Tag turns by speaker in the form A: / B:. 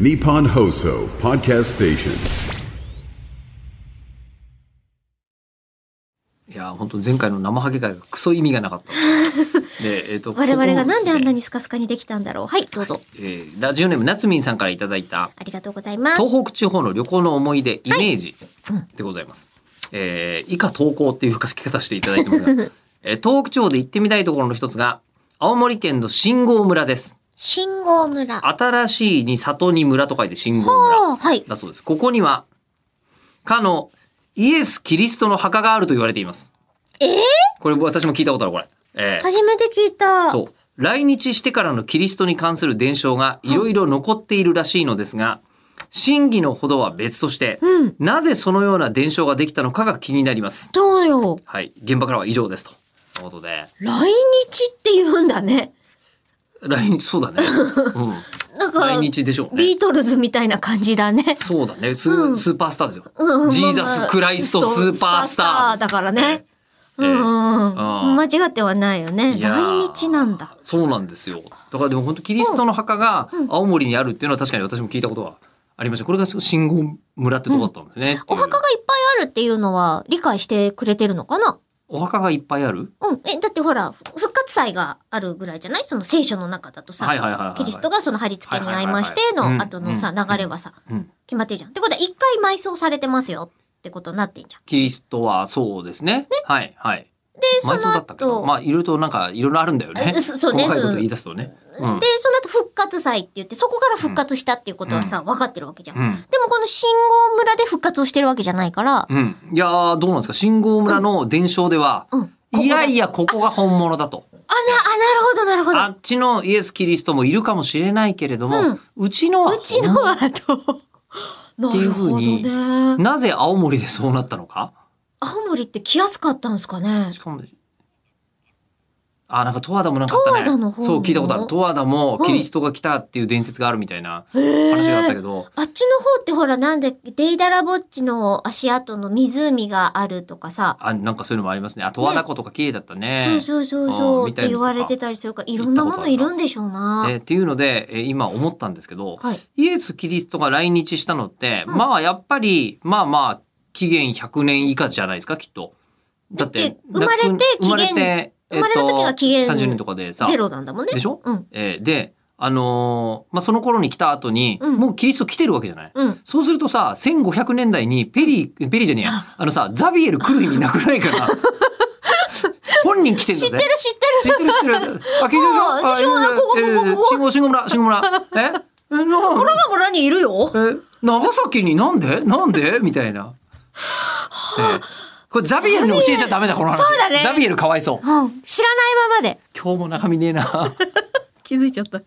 A: Nippon Hoso Podcast Station.
B: いやー本当前回の生ハゲ会がクソ意味がなか った。で、えっ、と
C: 我々がなんであんな
B: に、
C: にスカスカにできたんだろう。はい、どうぞ。
B: えーラジオネームなつみんさんからいただいた
C: ありがとうございます。
B: 東北地方の旅行の思い出イメージでございます。えー以下投稿っていう書き方していただいてます が、えー東北地方で行ってみたいところの一つが青森県の信号村です。
C: 信号村。あ
B: 新しいに里に村と書いて信号村。
C: あ、はい。
B: だそうです。ここには、かのイエス・キリストの墓があると言われています。
C: えー
B: これ私も聞いたことある、これ。ええ
C: 初めて聞いた。
B: そう。来日してからのキリストに関する伝承がいろいろ残っているらしいのですが、真偽のほどは別として、
C: うん
B: なぜそのような伝承ができたのかが気になります。
C: どうよ。
B: はい。現場からは以上です。ということで。
C: 来日って言うんだね。
B: 来日、そうだね。 うん。
C: なんか、
B: 来日でしょう
C: ビ
B: ね。
C: ートルズみたいな感じだね。
B: そうだね。ス,、
C: うん
B: スーパースターですよ。
C: うん
B: ジーザス・クライスト・スーパースター。
C: スーパースターだからね。
B: え
C: う
B: え。
C: んうんうん。
B: あ
C: 間違ってはないよね。
B: いやー
C: 来日なんだ。
B: そうなんですよ。だからでも本当キリストの墓が青森にあるっていうのは確かに私も聞いたことはありました。これが信号村ってとこだったんですね。
C: お墓がいっぱいあるっていうのは理解してくれてるのかな
B: お墓がいっぱいある
C: うん。え、だってほら、復活祭があるぐらいじゃないその聖書の中だとさ、
B: はいはいはいはいはい
C: キリストがその貼り付けに遭いまして
B: はいはいはい
C: の
B: はい
C: 後
B: うんう
C: の
B: ん
C: さ、流れはさ、
B: うん
C: 決まってるじゃん。ってことは、一回埋葬されてますよってことになってんじゃん。
B: キリストはそうですね。はいはい。
C: で、そ
B: 埋
C: の
B: 葬だったけど、
C: 後、
B: まあいろいろとなんかいろいろあるんだよね。
C: えそそうね
B: 細かいこと
C: そう
B: 言い出すとね。うん
C: で、その後復活祭って言って、そこから復活したっていうことはさ、分かってるわけじゃん。
B: うん
C: でもこの信号村で復活をしてるわけじゃないから、
B: うん。いやーどうなんですか信号村の伝承では、
C: うんここだ
B: いやいやここが本物だと。
C: あ、な、あ、なるほど、な
B: あ
C: る
B: っちのイエス・キリストもいるかもしれないけれども、う
C: うん
B: ちのは
C: ほど。うちのはどうな
B: ていう
C: る
B: ふ
C: ほ
B: う
C: ど
B: に
C: ね。
B: なぜ青森でそうなったのか
C: 青森って来やすかったんですかね
B: しかも、あ、なんか十和田もなんかあったね。
C: 十和田の方も
B: そう、聞いたことある。十和田もキリストが来たっていう伝説があるみたいな話があったけど、
C: あっちの方ってほら、なんで、デイダラボッチの足跡の湖があるとかさ、
B: あ、なんかそういうのもありますね。あ、十和田湖とか綺麗だったね。
C: そうそうそう
B: あー
C: そうっ
B: みた
C: て
B: いなの
C: 言
B: とか
C: われてたりするから、いろんなものいるんでしょうな。
B: えーっていうので、えー今思ったんですけど、
C: はい
B: イエス・キリストが来日したのって、まあやっぱり、まあまあ、紀元100年以下じゃないですか、きっと。だって、
C: だって生まれて
B: なく
C: 紀元
B: 生まれて、
C: 生まれた時が紀元
B: 30年とかでさ、
C: ゼロなんだもんね。
B: でしょ
C: うん。
B: えーで、あのーまあ、その頃に来た後に、
C: うん
B: もうキリスト来てるわけじゃない、
C: うん
B: そうするとさ、1500年代にペリー、ペリーじゃねえや、あのさ、ザビエル来る意味なくない から。本人来てんだ
C: 知
B: ぜ。
C: ってる 知って
B: 知ってる知ってる。あ、緊張し
C: あ
B: ょ。
C: あしょあこここここ
B: 信号、
C: こ
B: 信号村、信号村。 ええ、な、
C: る。我が村にいるよ。
B: え、長崎になんでなんでみたいな。ええこれザビエルに教えちゃダメだ、この話。
C: そうだね
B: ザビエルかわいそう。
C: うん。知らないままで。
B: 今日も中身ねえな。
C: 気づいちゃった。